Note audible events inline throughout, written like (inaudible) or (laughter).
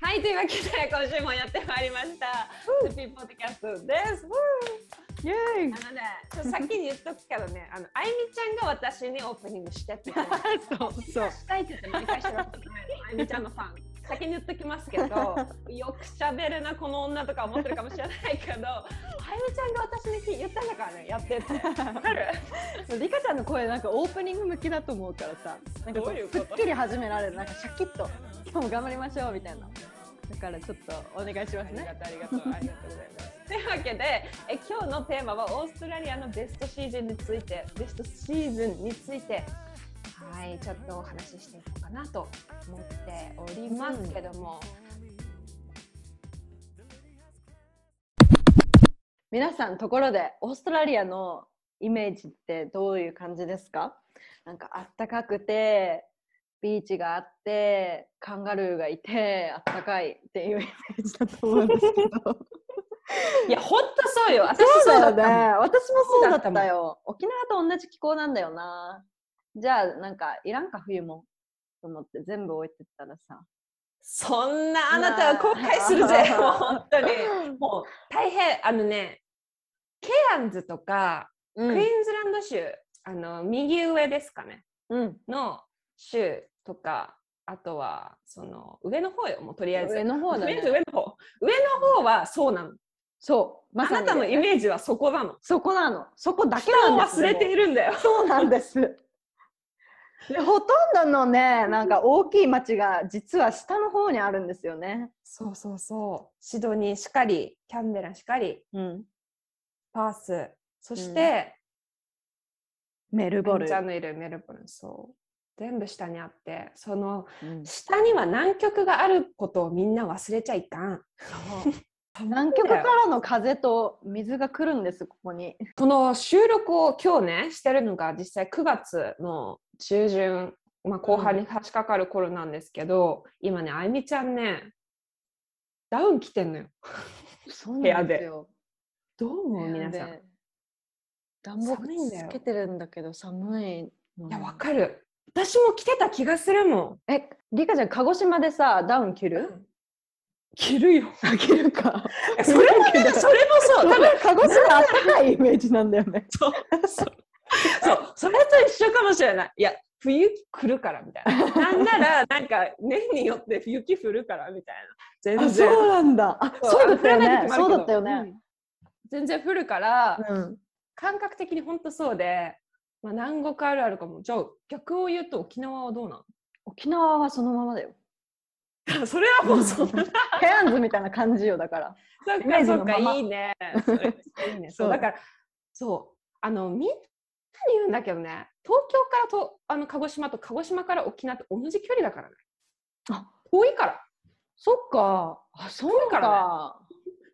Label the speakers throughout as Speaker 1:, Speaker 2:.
Speaker 1: はい、というわけで今週もやってまいりました。スピーポッドキャストです。
Speaker 2: イエーイ
Speaker 1: あのね、ちょっと先に言っとくけどね、あのあいみちゃんが私にオープニングしてって言ってま
Speaker 2: そうそう
Speaker 1: した。したいって言っても理解してるわけじゃないの。あいみちゃんのファン。先に言っときますけど、よくしゃべるなこの女とか思ってるかもしれないけど、あいみちゃんが私に言ったんだからね、やってって。わかる？
Speaker 2: そうリカちゃんの声なんかオープニング向きだと思うからさなんか
Speaker 1: ど
Speaker 2: こ
Speaker 1: ういう
Speaker 2: う
Speaker 1: こ
Speaker 2: す
Speaker 1: と
Speaker 2: っきり始められるなんかシャキッと今日も頑張りましょうみたいなだからちょっとお願いしますね
Speaker 1: ありがとう、ありがとうございます。というわけで、え今日のテーマはオーストラリアのベストシーズンについて、ベストシーズンについて、はい、ちょっとお話ししていこうかなと思っておりますけども、
Speaker 2: 皆さんところでオーストラリアのイメージってどういう感じですかなんかあったかくてビーチがあってカンガルーがいてあったかいっていうイメージだと思うんですけど
Speaker 1: いや、ほんとそうよ、私
Speaker 2: そうだ
Speaker 1: ったもん
Speaker 2: ね私もそうだっ
Speaker 1: そうだ
Speaker 2: たよ沖縄と同じ気候なんだよなじゃあなんかいらんか冬もと思って全部置いてったらさ
Speaker 1: そんなあなたは後悔するぜ、もう本当に。もう大変、あのね、ケアンズとか、
Speaker 2: う
Speaker 1: クイー
Speaker 2: ん、
Speaker 1: ンズランド州、あの右上ですかね。
Speaker 2: うん、
Speaker 1: の州とかあとはその上の方よもうとりあえず
Speaker 2: 上の方だ
Speaker 1: とりあえず
Speaker 2: ね
Speaker 1: 上の方上の方はそうなの、
Speaker 2: そうま
Speaker 1: あ
Speaker 2: さ
Speaker 1: な
Speaker 2: に
Speaker 1: たのイ
Speaker 2: ね
Speaker 1: メージはそこなの
Speaker 2: そこなのそこだけ
Speaker 1: 人を
Speaker 2: なんです
Speaker 1: 忘れているんだよ
Speaker 2: そうなんです。でほとんどのね、なんか大きい町が実は下の方にあるんですよね。
Speaker 1: そうそうそうシドニーしかりキャンベラしかり
Speaker 2: うん、
Speaker 1: パースそして、
Speaker 2: メル
Speaker 1: ボ
Speaker 2: ボ
Speaker 1: ル
Speaker 2: ル
Speaker 1: ち。ゃんのいるメルボルンそう全部下にあってその
Speaker 2: うん
Speaker 1: 下には南極があることをみんな忘れちゃいかん
Speaker 2: 南極からの風と水が来るんです、ここに。
Speaker 1: この収録を今日ねしてるのが実際9月の中旬、まあ、後半に差し掛かる頃なんですけど、今ねあゆみちゃんねダウン着てんのよ。
Speaker 2: そうなんですよ。
Speaker 1: どう思う皆さん。い
Speaker 2: で暖房
Speaker 1: 寒いんだよ
Speaker 2: つけてるんだけど寒いのね。
Speaker 1: やわかる私も着てた気がするも
Speaker 2: え、リカちゃん、鹿児島でさ、ダウン着
Speaker 1: ん。
Speaker 2: る
Speaker 1: 着るよ。
Speaker 2: あ、着るか。
Speaker 1: (laughs) それもねそれもそう多分
Speaker 2: 鹿児島あったかいイメージなんだよね。
Speaker 1: そうそうそうそれと一緒かもしれない。いや冬来るからみたいな。 (laughs) なんならなんか年によって雪降るからみたいな。全
Speaker 2: あ、そ
Speaker 1: 然。
Speaker 2: うなんだ。あ、そうだったよね。そうだったよね。。
Speaker 1: 全然降るから、
Speaker 2: うん。
Speaker 1: 感覚的に本当そうで、まあ、南国あるあるかも。じゃあ、逆を言うと沖縄はどうな
Speaker 2: 沖縄はそのままだよ。
Speaker 1: (laughs) のそれはもうそんな。
Speaker 2: ケアンズみたいな感じよだから。
Speaker 1: そっ
Speaker 2: イメー
Speaker 1: か
Speaker 2: ジ
Speaker 1: そ
Speaker 2: の
Speaker 1: っか、
Speaker 2: まま
Speaker 1: いい
Speaker 2: (laughs)
Speaker 1: ね。それいいねそう
Speaker 2: そう
Speaker 1: だから、そう。あの、みんなに言うんだけどね、東京からとあの鹿児島と鹿児島から沖縄って同じ距離だからね。
Speaker 2: あ
Speaker 1: 遠いから。
Speaker 2: そっか。あ、そう
Speaker 1: から
Speaker 2: か。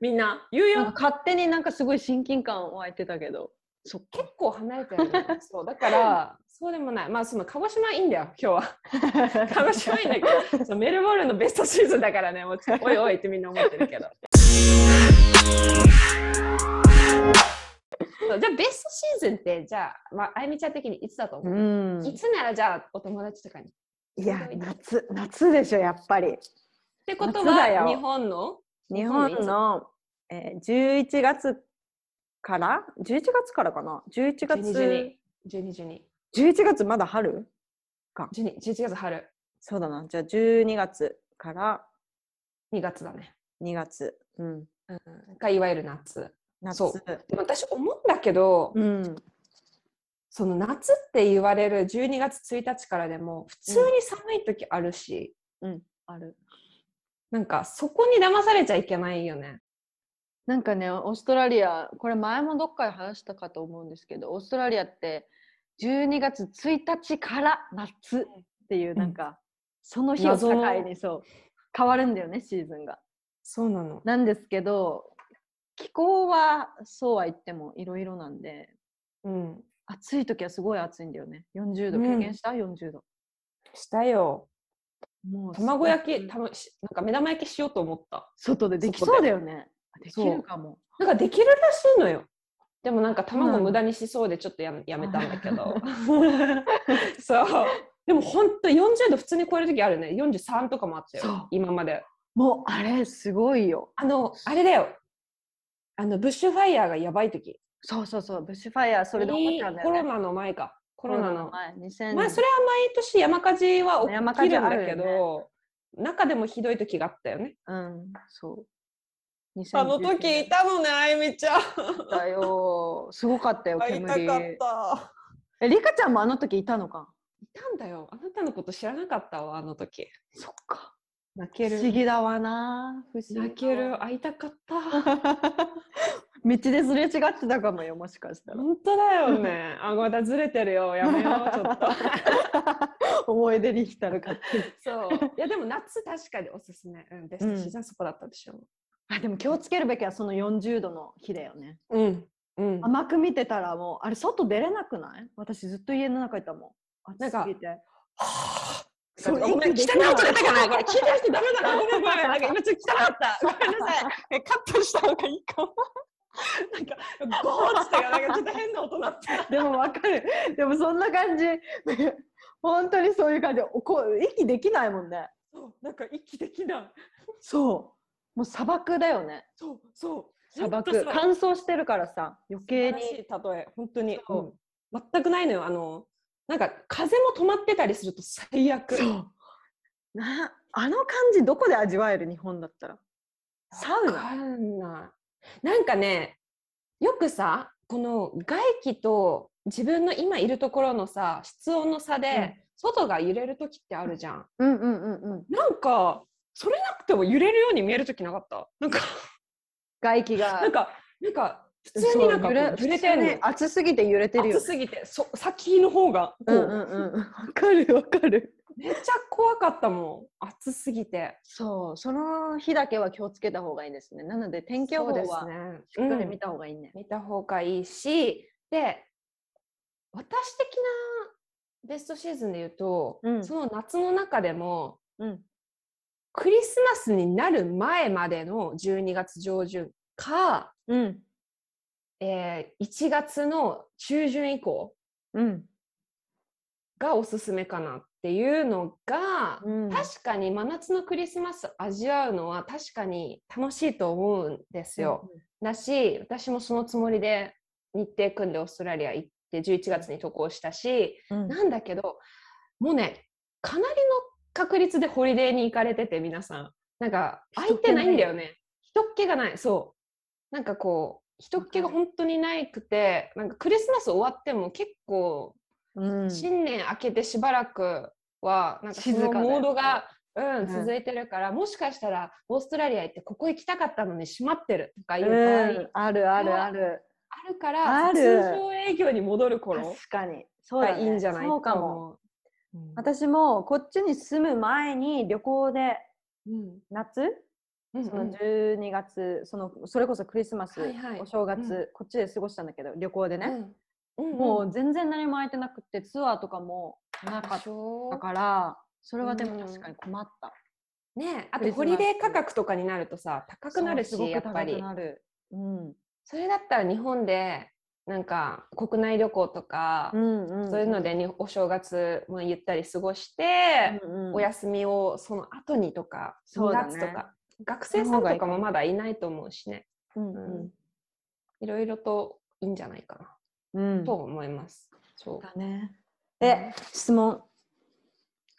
Speaker 1: みんな言うよ。
Speaker 2: なんか勝手になんかすごい親近感湧いてたけど。そっ
Speaker 1: 結構離れてる、ね、そうだからそうでもないまあその鹿児島いいんだよ今日は
Speaker 2: か。
Speaker 1: 鹿児島いいんだけどそうメルボルンのベストシーズンだからねもうちょっとおいおいってみんな思ってるけどそうじゃあベストシーズンってじゃあ、まあ、あゆみちゃん的にいつだと思
Speaker 2: う
Speaker 1: う、
Speaker 2: ん。
Speaker 1: いつならじゃあお友達とかにっ
Speaker 2: いや夏夏でしょやっぱり。
Speaker 1: てこと
Speaker 2: 夏だよ
Speaker 1: は日本の
Speaker 2: 日本の、えー、11月から11月からかな。11月
Speaker 1: 121212
Speaker 2: 11月まだ春？
Speaker 1: 11月春
Speaker 2: そうだな。じゃあ12月から
Speaker 1: 2月だね、
Speaker 2: 2月。うん。
Speaker 1: うん、がいわゆる夏
Speaker 2: 夏。
Speaker 1: そうでも私思うんだけど、
Speaker 2: うん。
Speaker 1: その夏って言われる12月1日からでも普通に寒い時あるし、
Speaker 2: ある。
Speaker 1: なんかそこに騙されちゃいけないよね。
Speaker 2: なんかね、オーストラリア、これ前もどっかで話したかと思うんですけど、オーストラリアって12月1日から夏っていう、
Speaker 1: ん
Speaker 2: なんか、その日を
Speaker 1: 謎
Speaker 2: 境
Speaker 1: の
Speaker 2: にそう、変わるんだよね、シーズンが。
Speaker 1: そうなの。
Speaker 2: なんですけど、気候はそうは言ってもいろいろなんで、
Speaker 1: うん。
Speaker 2: 暑い時はすごい暑いんだよね。40度、
Speaker 1: うん
Speaker 2: 経験した、?40 度。
Speaker 1: したよ。
Speaker 2: もう、
Speaker 1: 卵焼き、たましなんか目玉焼きしようと思った。
Speaker 2: 外でできそうだよね。できるかも。
Speaker 1: なんかできるらしいのよ。でもなんか
Speaker 2: そうな
Speaker 1: 卵
Speaker 2: の
Speaker 1: 無駄にしそうでちょっとやめやめたんだけ
Speaker 2: (laughs)
Speaker 1: ど。そう。でも本当40度普通に超える時あるね。43とかもあった
Speaker 2: そ
Speaker 1: よ
Speaker 2: う。
Speaker 1: 今まで。
Speaker 2: もうあれすごいよ。
Speaker 1: あの、あれだよ。あの、ブッシュファイヤーがやばい時。
Speaker 2: そうそうそう、ブッシュファイアそれで
Speaker 1: い
Speaker 2: 終わったんだ
Speaker 1: コ
Speaker 2: よ
Speaker 1: ロ
Speaker 2: ね。
Speaker 1: ナの前か。コ
Speaker 2: コ
Speaker 1: ロナの。
Speaker 2: 前、2000
Speaker 1: まあ、それは毎年山火事は
Speaker 2: 山
Speaker 1: 起き
Speaker 2: 火事
Speaker 1: るん
Speaker 2: ある
Speaker 1: だ
Speaker 2: よね
Speaker 1: けど、中でもひどい時があったよね。
Speaker 2: うん、そう。
Speaker 1: たのね、あゆみちゃん。
Speaker 2: だよ。すごかったよ、煙。
Speaker 1: た。
Speaker 2: え、リカちゃんもあの時いたのか。
Speaker 1: いたんだよ。あなたのこと知らなかったわ、あの時。
Speaker 2: そっか。
Speaker 1: 泣け
Speaker 2: 不思
Speaker 1: る。
Speaker 2: 議だわな。不思議だわ
Speaker 1: 泣ける。。会いたかった。
Speaker 2: (laughs) 道ですれ違ってたかもよ、もしかしたら。
Speaker 1: 本当だよ (laughs) ね。あ、またずれてるよ。やめよう、ちょっと。
Speaker 2: (laughs) 思い出に浸るか
Speaker 1: (laughs) そう。いや、でも夏確かにおすすめ。うん、ベス
Speaker 2: うん
Speaker 1: トシーズンそこだったでしょ。
Speaker 2: あでも気をつけるべきはその40度の日だよね。
Speaker 1: うん。うん。
Speaker 2: 甘く見てたらもうあれ外出れなくない私ずっと家の中いたもん。
Speaker 1: なん
Speaker 2: 暑
Speaker 1: か
Speaker 2: すぎて。
Speaker 1: そう
Speaker 2: そう
Speaker 1: ごめん、汚い
Speaker 2: 息
Speaker 1: 音
Speaker 2: できない
Speaker 1: 出たかなこれ、聞いた人ダメだな。ごめん、ごめん。なんか今ちょっと汚かった。ごめんなさい。えカットした方がいいかも。なんか、ゴーッつって、なんかちょっと変な音なった。
Speaker 2: でもわかる。でもそんな感じ。本当にそういう感じ。おこう息できないもんね。
Speaker 1: そうなんか息できない。
Speaker 2: そう。もう砂漠だよね。
Speaker 1: そう、そう。
Speaker 2: 砂
Speaker 1: ほん
Speaker 2: 漠。
Speaker 1: とそう
Speaker 2: 乾燥してるからさ、余計に
Speaker 1: 素。晴らしい例え本当に、
Speaker 2: そ
Speaker 1: うん全くないのよあのなんか風も止まってたりすると最悪
Speaker 2: そう。なあの感じどこで味わえる日本だったら。サウ
Speaker 1: わ
Speaker 2: ナ
Speaker 1: かんないなんかねよくさこの外気と自分の今いるところのさ室温の差で、
Speaker 2: うん
Speaker 1: 外が揺れる時ってあるじゃん、
Speaker 2: うんうんうんうん。
Speaker 1: なんかそれなくても揺れるように見える時なかったなんか
Speaker 2: 外気が
Speaker 1: なん。かなんか普通になんかこう
Speaker 2: そう
Speaker 1: 揺れてる
Speaker 2: 普通に暑すぎて揺れてるよ
Speaker 1: 暑
Speaker 2: ね。
Speaker 1: すぎてそ先の方がこう
Speaker 2: う
Speaker 1: ん
Speaker 2: うんうん。わかるわかる。
Speaker 1: めっちゃ怖かったもん暑すぎて
Speaker 2: そう、その日だけは気をつけた方がいいですね。なので天気予報
Speaker 1: そう
Speaker 2: は
Speaker 1: で
Speaker 2: しっ
Speaker 1: す
Speaker 2: か
Speaker 1: ね
Speaker 2: り
Speaker 1: うん
Speaker 2: 見た方がいいね。
Speaker 1: 見た方がいいしで私的なベストシーズンで言うと、
Speaker 2: うん
Speaker 1: その夏の中でも
Speaker 2: うん。
Speaker 1: クリスマスになる前までの12月上旬か、
Speaker 2: うん。
Speaker 1: えー1月の中旬以降
Speaker 2: うん。
Speaker 1: がおすすめかなっていうのが、
Speaker 2: うん
Speaker 1: 確かに真夏のクリスマス味わうのは確かに楽しいと思うんですよ。だし私もそのつもりで日程組んでオーストラリア行って11月に渡航したし、
Speaker 2: うん。
Speaker 1: なんだけどもうねかなりの確率でホリデーに行かれてて皆さんなんか空いてないんだよね人っ気がないそうなんかこう人っ気が本当にないくてなんかクリスマス終わっても結構
Speaker 2: うん。
Speaker 1: 新年明けてしばらくはなんかそ
Speaker 2: 静
Speaker 1: の
Speaker 2: かだよ
Speaker 1: モードが、う
Speaker 2: うん
Speaker 1: ん、続いてるから、もしかしたらオーストラリア行ってここ行きたかったのに閉まってるとかいう場合、
Speaker 2: うんあるあるある。
Speaker 1: あるから
Speaker 2: ある
Speaker 1: 通常営業に戻る頃
Speaker 2: 確かに。そう
Speaker 1: が
Speaker 2: だ、
Speaker 1: いいんじゃない
Speaker 2: そうかも。
Speaker 1: も。うん
Speaker 2: 私もこっちに住む前に旅行で
Speaker 1: うん
Speaker 2: 夏、
Speaker 1: うん
Speaker 2: その12月、そのそれこそクリスマス、
Speaker 1: はいはい
Speaker 2: お正月、
Speaker 1: う
Speaker 2: こっちで過ごしたんだけど旅行でね、
Speaker 1: うんうん
Speaker 2: もう全然何も空いてなくてツアーとかもなかっ
Speaker 1: でしょ
Speaker 2: たからそれはで
Speaker 1: う
Speaker 2: も
Speaker 1: ん
Speaker 2: 確かに困った、
Speaker 1: ねあ
Speaker 2: クリ
Speaker 1: と
Speaker 2: スマ
Speaker 1: ホリ
Speaker 2: ス
Speaker 1: デー価格とかになるとさ高くなる
Speaker 2: そ
Speaker 1: し
Speaker 2: うすごく
Speaker 1: やっぱ
Speaker 2: 高く
Speaker 1: り
Speaker 2: なるうん
Speaker 1: それだったら日本でなんか国内旅行とか、
Speaker 2: うんうん
Speaker 1: そういうのでにお正月もゆったり過ごして、
Speaker 2: うんうん
Speaker 1: お休みをその後にとか
Speaker 2: そ
Speaker 1: 2
Speaker 2: うだね
Speaker 1: 月とか、学生さんとかもまだいないと思うしね
Speaker 2: うん
Speaker 1: いろいろといいんじゃないかな。
Speaker 2: うんうん
Speaker 1: と思います。そう。
Speaker 2: だね
Speaker 1: え
Speaker 2: え、質問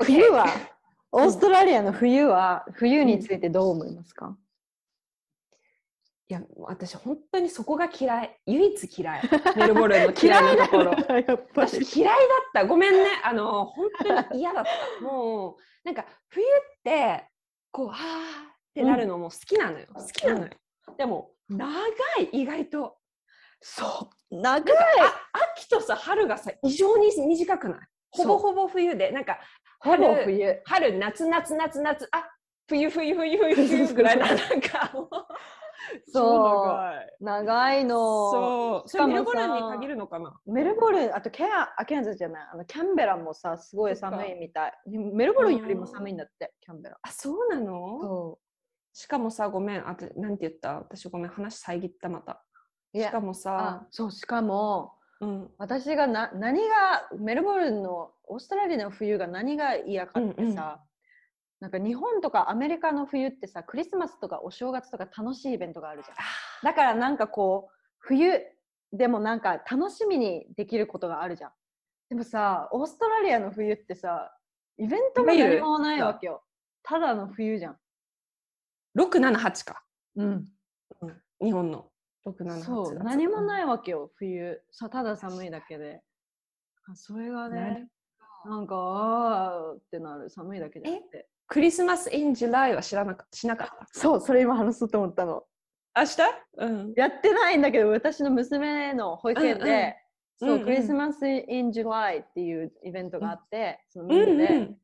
Speaker 1: OK
Speaker 2: 冬は (laughs) オーストラリアの冬は冬についてどう思いますか、
Speaker 1: いや、私本当にそこが嫌い。唯一嫌い。メルボルンの嫌いなところ。
Speaker 2: やっぱ
Speaker 1: 私嫌いだった。ごめんね。あの、本当に嫌だった。もう、なんか冬って、こう、あーってなるのも好きなのよ。好きなのよ。でも、長い、意外と。
Speaker 2: そう長い
Speaker 1: 秋とさ、春がさ、異常に短くないほぼほぼ冬で、なんか、
Speaker 2: ほ
Speaker 1: 春
Speaker 2: ぼ冬
Speaker 1: 春、夏、夏、夏、夏、あ冬、冬、冬、冬、
Speaker 2: (laughs)
Speaker 1: 冬ぐらいな、なんかもう。
Speaker 2: そう
Speaker 1: 長い
Speaker 2: 長いの
Speaker 1: そう。
Speaker 2: し
Speaker 1: それ
Speaker 2: か
Speaker 1: メル
Speaker 2: も
Speaker 1: ボルンに
Speaker 2: さ
Speaker 1: 限るのかな。
Speaker 2: メルボルンあとケアあケアンズじゃないあのキャンベラもさすごい
Speaker 1: そっか
Speaker 2: 寒いみたいメルボルンよりも寒いんだってキャンベラ
Speaker 1: あ、そうなの。
Speaker 2: そ
Speaker 1: しかもさ、ごめん、あと、なんて言った、私ごめん、話遮った、また。
Speaker 2: いや
Speaker 1: しかもさ
Speaker 2: あ。そうしかも
Speaker 1: うん。
Speaker 2: 私がな何がメルボルンのオーストラリアの冬が何が嫌かってさ、なんか日本とかアメリカの冬ってさクリスマスとかお正月とか楽しいイベントがあるじゃんだからなんかこう冬でもなんか楽しみにできることがあるじゃんでもさオーストラリアの冬ってさイベントも
Speaker 1: いわゆる
Speaker 2: 何もないわけよただの冬じゃん
Speaker 1: 678か
Speaker 2: うん
Speaker 1: 日本の678
Speaker 2: そう何もないわけよ冬さただ寒いだけであそれ
Speaker 1: な
Speaker 2: がね
Speaker 1: る
Speaker 2: なんかあーってなる寒いだけじゃなくて
Speaker 1: クリスマス・イン・ジュライは知らなかしなかっ
Speaker 2: そうそれ今話そうと思ったの
Speaker 1: た明日うん
Speaker 2: やってないんだけど私の娘の保育園で、
Speaker 1: うんうん
Speaker 2: そう、
Speaker 1: うんうん
Speaker 2: クリスマス・イン・ジュライっていうイベントがあって、その
Speaker 1: うん
Speaker 2: みん
Speaker 1: う
Speaker 2: なで、
Speaker 1: ん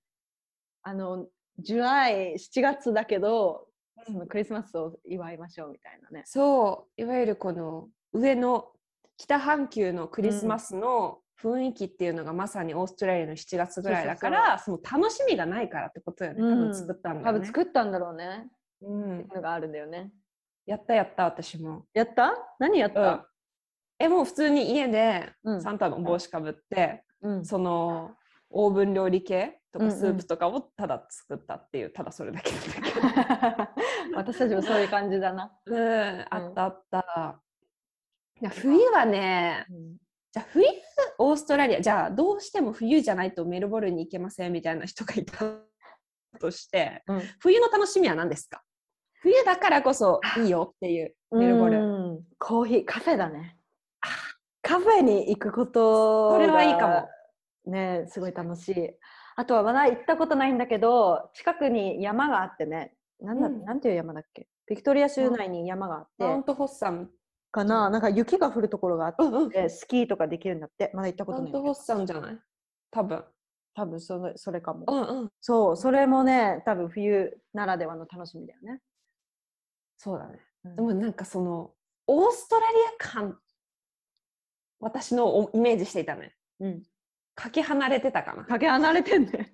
Speaker 2: あのジュライ7月だけどそのクリスマスを祝いましょうみたいなね、
Speaker 1: そういわゆるこの上の北半球のクリスマスの雰囲気っていうのがまさにオーストラリアの7月ぐらいだからその楽しみがないからってことよね多
Speaker 2: うん
Speaker 1: 分作ったんだよ
Speaker 2: 多
Speaker 1: ね、
Speaker 2: 分作ったんだろうね、
Speaker 1: うん
Speaker 2: のがあるんだよね
Speaker 1: やったやった私も、
Speaker 2: やった何やっ
Speaker 1: うん
Speaker 2: た、
Speaker 1: えもう普通に家で
Speaker 2: うん
Speaker 1: サンタの帽子かぶって、
Speaker 2: うん
Speaker 1: そのオーブン料理系と
Speaker 2: うん
Speaker 1: か
Speaker 2: うん
Speaker 1: スープとかをただ作ったっていう、ただそれだけなんだけど
Speaker 2: (laughs) 私たちもそう (laughs) いう感じだな、
Speaker 1: うんあったあった、いや冬はねじゃあ冬オーストラリアじゃあどうしても冬じゃないとメルボルンに行けませんみたいな人がいたとして
Speaker 2: うん
Speaker 1: 冬の楽しみは何ですか冬だからこそいいよっていうメルボルン
Speaker 2: ンコーヒーカフェだねカフェに行くこと
Speaker 1: それはいい
Speaker 2: が
Speaker 1: かも
Speaker 2: ねすごい楽しいあとはまだ行ったことないんだけど近くに山があってねなんだ、
Speaker 1: うん
Speaker 2: なんていう山だっけビクトリア州内に山があって、
Speaker 1: マウントホッサム
Speaker 2: かななんか雪が降るところがあって、
Speaker 1: うんうん
Speaker 2: スキーとかできるんだってまだ行ったこ
Speaker 1: マ
Speaker 2: と
Speaker 1: ウン
Speaker 2: ないんだ
Speaker 1: ト
Speaker 2: け
Speaker 1: ホッ
Speaker 2: ど
Speaker 1: サムじゃない多分
Speaker 2: 多分それそれかも、
Speaker 1: うんうん
Speaker 2: そうそれもね多分冬ならではの楽しみだよね、
Speaker 1: そうだね
Speaker 2: うん
Speaker 1: でもなんかそのオーストラリア感私のおイメージしていたね
Speaker 2: うん
Speaker 1: かけ離れてたかな
Speaker 2: かけ離れてんね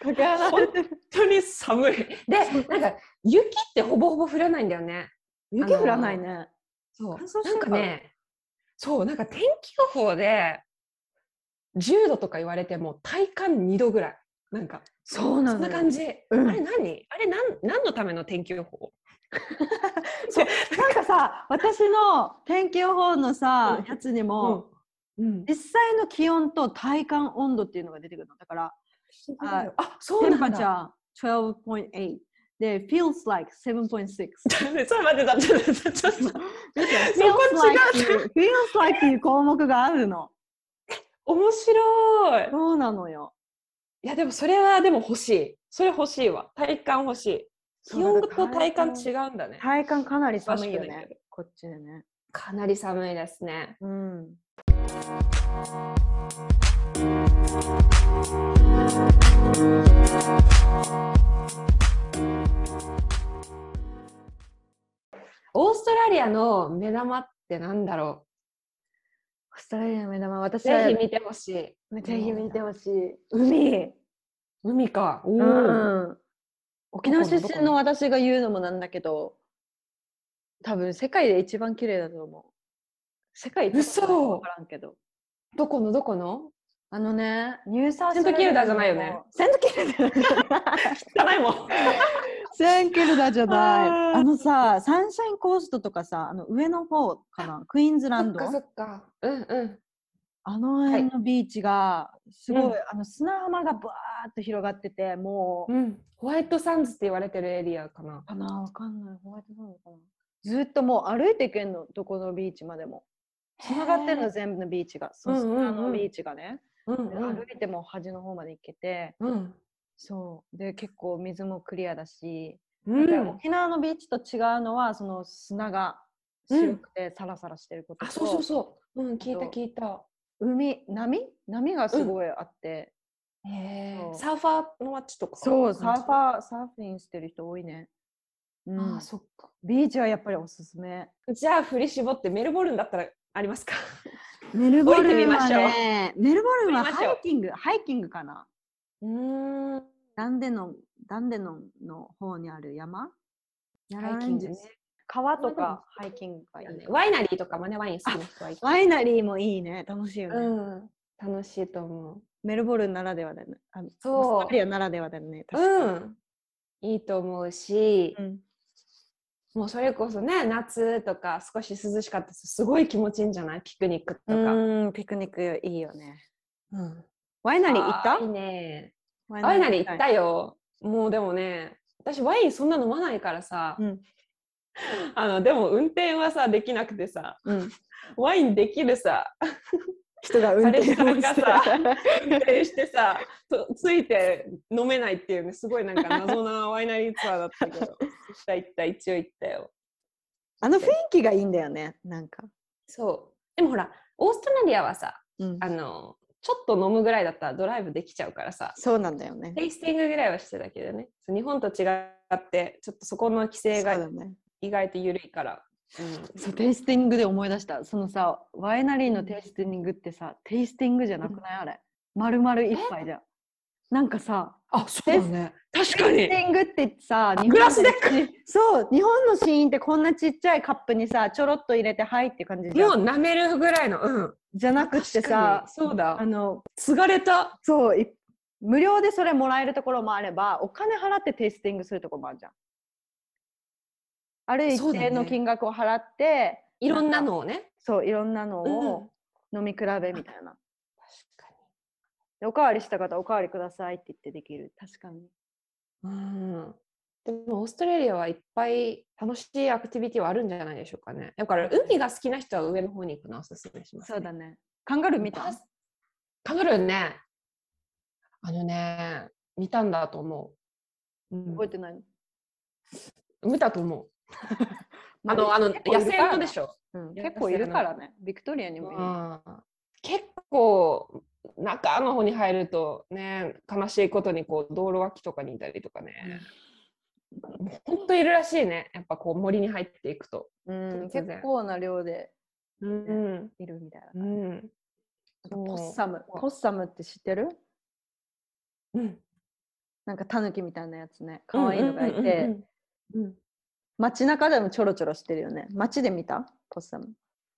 Speaker 2: かけ離れてる
Speaker 1: 本当に寒い (laughs) でなんか雪ってほぼほぼ降らないんだよね
Speaker 2: (laughs) 雪降らないね
Speaker 1: そう
Speaker 2: 乾燥して
Speaker 1: なん
Speaker 2: る
Speaker 1: か
Speaker 2: から
Speaker 1: ねそうなんか天気予報で10度とか言われても体感2度ぐらいなんか
Speaker 2: そうな
Speaker 1: そん
Speaker 2: のよ
Speaker 1: な感じ、
Speaker 2: うん
Speaker 1: あれ何あれなん何のための天気予報
Speaker 2: (laughs) なんかさ私の天気予報のさ、
Speaker 1: うん
Speaker 2: やつにも、
Speaker 1: うん
Speaker 2: 実際の気温と体感温度っていうのが出てくるのだからあ
Speaker 1: あそうな
Speaker 2: テン
Speaker 1: んだ (laughs)
Speaker 2: パチャー12.8で feels like 7.6
Speaker 1: ちょっと待ってちょっと待ってちょっと待ってそ
Speaker 2: feels
Speaker 1: こ違
Speaker 2: like っていう feels like っていう項目があるの
Speaker 1: 面白い
Speaker 2: そうなのよ
Speaker 1: いやでもそれはでも欲しいそれ欲しいわ体感欲しい
Speaker 2: そう
Speaker 1: 気温と
Speaker 2: だから
Speaker 1: 体感違うんだね
Speaker 2: 体感かなり寒いよ
Speaker 1: 詳しくない
Speaker 2: ね
Speaker 1: けど
Speaker 2: こっちでね
Speaker 1: かなり寒いですね
Speaker 2: うん
Speaker 1: オーストラリアの目玉ってなんだろ
Speaker 2: オーストラリアの目玉
Speaker 1: う
Speaker 2: 私は
Speaker 1: ぜひ見てほしい
Speaker 2: ぜひ見てほしい海
Speaker 1: 海か、お
Speaker 2: う
Speaker 1: ー
Speaker 2: ん、うん、沖縄出身の私が言うのもなんだけど多分世界で一番綺麗だと思う世界一
Speaker 1: 嘘
Speaker 2: 分からんけど
Speaker 1: どこのどこの
Speaker 2: あのねニューサウス
Speaker 1: セントキルダじゃないよね
Speaker 2: ウェールズのセントキルダじゃな
Speaker 1: 汚
Speaker 2: い
Speaker 1: いも (laughs) ん
Speaker 2: セントキルダじゃない
Speaker 1: あー
Speaker 2: (laughs) あのさサンシャインコーストとかさあの上の方かなクイーンズラ
Speaker 1: そ
Speaker 2: ン
Speaker 1: っ
Speaker 2: ド
Speaker 1: かそっかうんうん
Speaker 2: あの辺のビーチがすごい、
Speaker 1: うん
Speaker 2: あの砂浜がバーっと広がっててもう、
Speaker 1: うんホワイトサンズって言われてるエリアかな
Speaker 2: かなわかんない。ホワイトサンドかなずっともう歩いていけんの、どこのビーチまでも。つながってん
Speaker 1: へ
Speaker 2: の、
Speaker 1: ー
Speaker 2: 全部のビーチが。そ
Speaker 1: うん
Speaker 2: の
Speaker 1: うんうん
Speaker 2: 砂のビーチがね。
Speaker 1: うん
Speaker 2: で歩いても端の方まで行けて、
Speaker 1: うん
Speaker 2: そう。で、結構水もクリアだし、
Speaker 1: う
Speaker 2: で
Speaker 1: ん
Speaker 2: 沖縄のビーチと違うのは、その砂が白くてサラサラしてること
Speaker 1: あ
Speaker 2: と、
Speaker 1: そうそうそううん聞いた
Speaker 2: そう
Speaker 1: 聞いた
Speaker 2: 海、波波がすごいあって、
Speaker 1: へえ
Speaker 2: そう
Speaker 1: サーファーの街とか
Speaker 2: そう、サーファー、サーフィンしてる人多いね。うん、
Speaker 1: あーそっか
Speaker 2: ビーチはやっぱりおすすめ。
Speaker 1: じゃあ振り絞ってメルボルンだったらありますか
Speaker 2: メルボルンは
Speaker 1: 降り
Speaker 2: ね、メルボルンは
Speaker 1: 降りまし
Speaker 2: ハ
Speaker 1: ょう
Speaker 2: イキング、ハイキングかな。
Speaker 1: うーん
Speaker 2: ダンデノン、ダンデノンの方にある山
Speaker 1: ハイキングね
Speaker 2: 川と
Speaker 1: まあでも
Speaker 2: かハイキングがいいね。
Speaker 1: ワイナリーとかもねワイン好きな人はいい
Speaker 2: ワイナリーもいいね。楽しいよね。
Speaker 1: うん楽しいと思う
Speaker 2: メルボルンならではだよね。あの
Speaker 1: そう
Speaker 2: オーストラリアならではだよね。確かに
Speaker 1: うん。いいと思うし、
Speaker 2: ん、
Speaker 1: もうそれこそね夏とか少し涼しかったらすごい気持ちいいんじゃないピクニックとか、
Speaker 2: うんピクニックいいよね
Speaker 1: うん
Speaker 2: ワイナリー行った
Speaker 1: あーいいね
Speaker 2: ワ
Speaker 1: ワイナリー
Speaker 2: き
Speaker 1: 行った
Speaker 2: い
Speaker 1: たよ、もうでもね私ワインそんな飲まないからさ、
Speaker 2: うん
Speaker 1: あのでも運転はさできなくてさ
Speaker 2: うん、
Speaker 1: ワインできるさ
Speaker 2: 人が運転をして
Speaker 1: 彼氏運転してさ (laughs) とついて飲めないっていうねすごいなんか謎なワイナリーツアーだったけど行った行った一応行ったよ
Speaker 2: あの雰囲気がいいんだよねなんか、
Speaker 1: そうでもほらオーストラリアはさ
Speaker 2: うん
Speaker 1: あのちょっと飲むぐらいだったらドライブできちゃうからさ
Speaker 2: そうなんだよね
Speaker 1: テイスティングぐらいはしてたけどねそう日本と違ってちょっとそこの規制
Speaker 2: そうだ
Speaker 1: が
Speaker 2: ね
Speaker 1: 意外と緩いから、うん
Speaker 2: そうテイスティングで思い出したそのさワイナリーのテイスティングってさテイスティングじゃなくないあれ丸々一杯じゃんなんかさ
Speaker 1: あそうだね確か
Speaker 2: テ
Speaker 1: に
Speaker 2: イスティングってさ日本
Speaker 1: グラスで
Speaker 2: ちそう日本のシーンってこんなちっちゃいカップにさちょろっと入れてはいって感じじゃ
Speaker 1: もうん舐めるぐらいのうん
Speaker 2: じゃなくってさ
Speaker 1: 確かにそうだ
Speaker 2: あの
Speaker 1: 継がれた
Speaker 2: そうい無料でそれもらえるところもあればお金払ってテイスティングするところもあるじゃんある一
Speaker 1: そうだね
Speaker 2: 定の金額を払って
Speaker 1: いろんなのをね
Speaker 2: そういろんなのを飲み比べみたいな、でおかわりした方おかわりくださいって言ってできる確かに
Speaker 1: 確かにうんでもオーストラリアはいっぱい楽しいアクティビティはあるんじゃないでしょうかねだから海が好きな人は上の方に行くのをおすすめします、
Speaker 2: そうだねカンガルー見た
Speaker 1: バスカンガルーね、あのね、見たんだと思う。うん
Speaker 2: 覚えてないの
Speaker 1: 見たと思う。あの、あの
Speaker 2: 結構い
Speaker 1: 野生
Speaker 2: るから
Speaker 1: のでしょ。
Speaker 2: うん結構いるからねビクトリアにもいる、
Speaker 1: うん結構、中の方に入るとね、悲しいことにこう道路脇とかにいたりとかね。本当いるらしいね。やっぱこう森に入っていくと。
Speaker 2: うん
Speaker 1: 突然
Speaker 2: 結構な量で
Speaker 1: うん。
Speaker 2: いるみたいな
Speaker 1: う、ん。
Speaker 2: あとポッ
Speaker 1: そう
Speaker 2: サムポッサムって知ってる
Speaker 1: うん。
Speaker 2: なんかタヌキみたいなやつね可愛いのがいて、
Speaker 1: うん。うん
Speaker 2: 街中でもちょろちょろしてるよね街で見たポッサム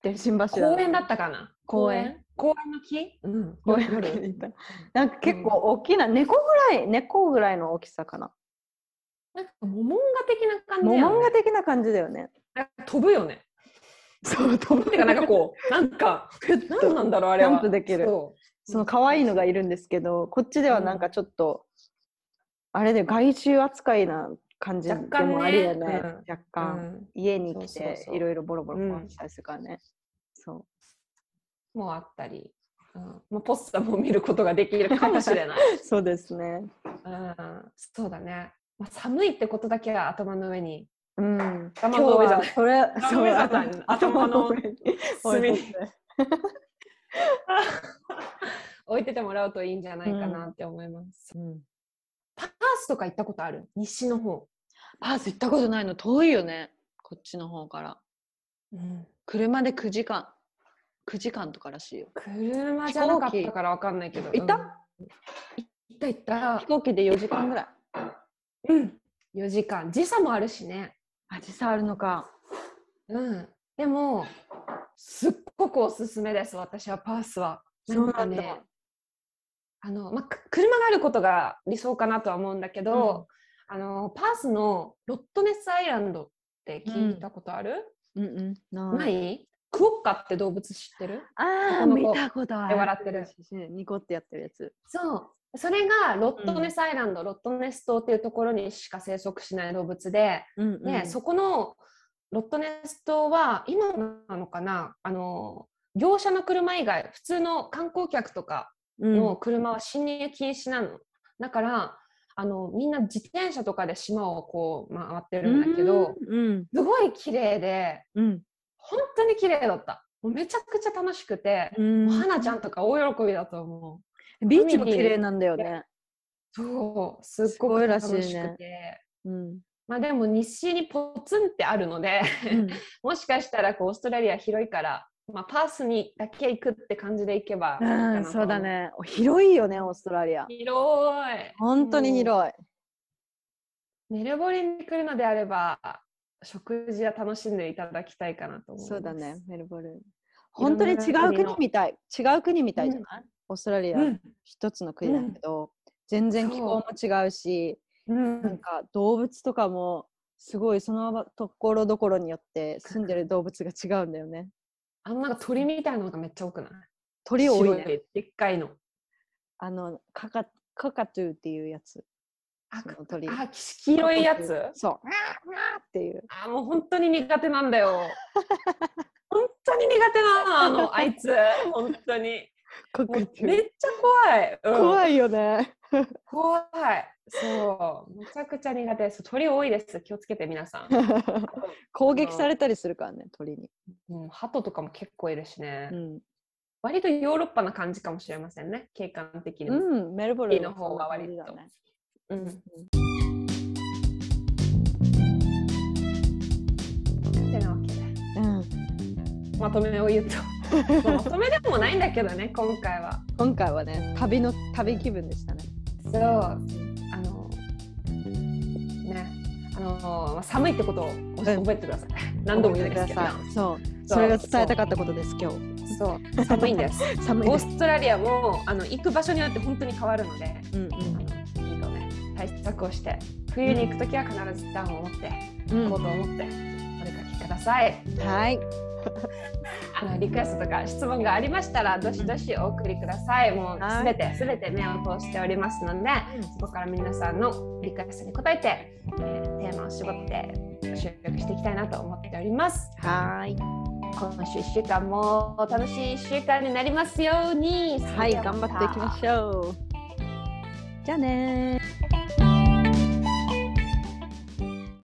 Speaker 2: 電信柱の
Speaker 1: 公園だったかな
Speaker 2: 公園
Speaker 1: 公園の木うん。
Speaker 2: 公園の木にいたなんか結構大きな、猫ぐらい猫ぐらいの大きさかな
Speaker 1: なんかモモンガ的な感じ
Speaker 2: モ
Speaker 1: だよ
Speaker 2: モンガ
Speaker 1: ね。
Speaker 2: 的な感じだよね
Speaker 1: なんか飛ぶよね。
Speaker 2: そう飛
Speaker 1: てかなんかこう、なんか、なんなんだろうあれは。
Speaker 2: ジャンプできる
Speaker 1: そう
Speaker 2: その可愛いのがいるんですけどこっちではなんかちょっと、あれで外周扱いな感じで
Speaker 1: 若干ね
Speaker 2: もあるよね
Speaker 1: うん
Speaker 2: 若
Speaker 1: う
Speaker 2: 干、
Speaker 1: ん
Speaker 2: 家に来
Speaker 1: そうそう
Speaker 2: て
Speaker 1: そう
Speaker 2: いろいろボロボロ
Speaker 1: うん
Speaker 2: ボロしたりするからね、そう
Speaker 1: もうあったり。うん、もうポッサムを見ることができるかもしれ
Speaker 2: (laughs)
Speaker 1: ない。
Speaker 2: そうですね
Speaker 1: うん、そうだね。まあ、寒いってことだけは頭の上に。
Speaker 2: うん
Speaker 1: 頭の上じゃない
Speaker 2: 今日はそれ
Speaker 1: 頭
Speaker 2: そ
Speaker 1: の
Speaker 2: う
Speaker 1: 上だったね
Speaker 2: 頭の上に
Speaker 1: 頭の上に
Speaker 2: そうですね
Speaker 1: (laughs) 置いててもらうといいんじゃないかなって思います。
Speaker 2: うん
Speaker 1: パースとか行ったことある西の方。
Speaker 2: パース行ったことないの遠いよねこっちの方から
Speaker 1: うん、
Speaker 2: 車で9時間9時間とからしいよ
Speaker 1: 車じゃなかったからわかんないけど。
Speaker 2: 行った
Speaker 1: うん行った行った
Speaker 2: 飛。行機で4時間ぐらい
Speaker 1: うん、4時間時差もあるしね、
Speaker 2: あ実際あるのか
Speaker 1: うん、でもすっごくおすすめです私はパースは
Speaker 2: そうなんだ
Speaker 1: かねあの、まあ、く車があることが理想かなとは思うんだけど、あのパースのロットネスアイランドって聞いたことある、
Speaker 2: うんうんな
Speaker 1: ないクオッカって動物知ってる
Speaker 2: ああ
Speaker 1: 男の
Speaker 2: 見
Speaker 1: 子
Speaker 2: たことあ
Speaker 1: で
Speaker 2: る
Speaker 1: 笑ってる
Speaker 2: ニコってやってるやつ
Speaker 1: そうそれがロットネスアイランド、ロットネス島っていうところにしか生息しない動物で、
Speaker 2: うん
Speaker 1: ねそこのロットネス島は今なのかなあの業者の車以外普通の観光客とかの車は侵入禁止なの、だからあのみんな自転車とかで島をこう回ってるんだけど
Speaker 2: うん
Speaker 1: すごい綺麗で
Speaker 2: うん
Speaker 1: 本当に綺麗だったもうめちゃくちゃ楽しくて、
Speaker 2: うん
Speaker 1: もう花ちゃんとか大喜びだと思う
Speaker 2: ビーチも綺麗なんだよね
Speaker 1: そうすっご
Speaker 2: すご
Speaker 1: く
Speaker 2: いら
Speaker 1: 楽
Speaker 2: し
Speaker 1: し
Speaker 2: いね
Speaker 1: くて (laughs)
Speaker 2: うん
Speaker 1: まあでも西にポツンってあるので
Speaker 2: うん
Speaker 1: もしかしたらこうオーストラリア広いから、まあ、パースにだけ行くって感じで行けばいいかな
Speaker 2: うん
Speaker 1: と
Speaker 2: そうだね広いよねオーストラリア
Speaker 1: 広い
Speaker 2: 本当に
Speaker 1: い
Speaker 2: 広い
Speaker 1: メルボリンに来るのであれば食事は楽しんでいただきたいかなと思います
Speaker 2: そうだね、メルボルン。
Speaker 1: ろん
Speaker 2: 本当
Speaker 1: な
Speaker 2: に違う
Speaker 1: 国
Speaker 2: 国
Speaker 1: の
Speaker 2: みたい。違う国みたいじゃない、オーストラリア、
Speaker 1: うん
Speaker 2: 一つの国だけど、全然気候も違うし、
Speaker 1: うん
Speaker 2: なんか動物とかもすごいそのところどころによって住んでる動物が違うんだよね。
Speaker 1: あのなんか鳥みたいなのがめっちゃ多くない
Speaker 2: 鳥多い
Speaker 1: 白
Speaker 2: ね。
Speaker 1: いでっかいの。
Speaker 2: あのカカカカトゥーっていうやつ。
Speaker 1: あ
Speaker 2: その鳥。
Speaker 1: あ、黄色いやつ
Speaker 2: そう。っていう。
Speaker 1: あーもう本当に苦手なんだ
Speaker 2: (laughs)
Speaker 1: よ。本当に苦手なのあのあいつ本当に
Speaker 2: カ
Speaker 1: もう
Speaker 2: カ
Speaker 1: めっ
Speaker 2: ト
Speaker 1: ち
Speaker 2: ゥー。
Speaker 1: ゃ怖い、うん
Speaker 2: 怖いよね。
Speaker 1: 怖いそうめちゃくちゃ苦手そう鳥多いです気をつけて皆さん、
Speaker 2: (laughs) 攻撃されたりするからね鳥に。
Speaker 1: うん、鳩とかも結構いるしね、
Speaker 2: うん。
Speaker 1: 割とヨーロッパな感じかもしれませんね景観的にも、
Speaker 2: うん、メルボルンもそんな感じだ
Speaker 1: の方
Speaker 2: ね
Speaker 1: が割うんてなわけで
Speaker 2: うん。
Speaker 1: まとめを
Speaker 2: (laughs)
Speaker 1: 言うとまとめでもないんだけどね今回は
Speaker 2: 今回はね旅の旅気分でしたね。
Speaker 1: そうあのねあのまあ寒いってことを覚えてください、何度も言うんですけど
Speaker 2: 覚えてくださいそう。それが伝えたかったことです今日。
Speaker 1: そう寒いんです
Speaker 2: (laughs) 寒い
Speaker 1: オー
Speaker 2: です。
Speaker 1: ストラリアもあの行く場所によって本当に変わるので
Speaker 2: うんうん
Speaker 1: あのいいとね対策をして冬に行くときは必ずダウンを持ってコートを持ってお出かけください
Speaker 2: はい。
Speaker 1: あのリクエストとか質問がありましたらどしどしお送りくださいもう
Speaker 2: はい
Speaker 1: すべてすべて目を通しておりますのでそこから皆さんのリクエストに答えて、えーテーマを絞って収録していきたいなと思っております
Speaker 2: はい。
Speaker 1: 今週1週間も楽しい1週間になりますように
Speaker 2: はい、頑張っていきましょう。じゃあねー。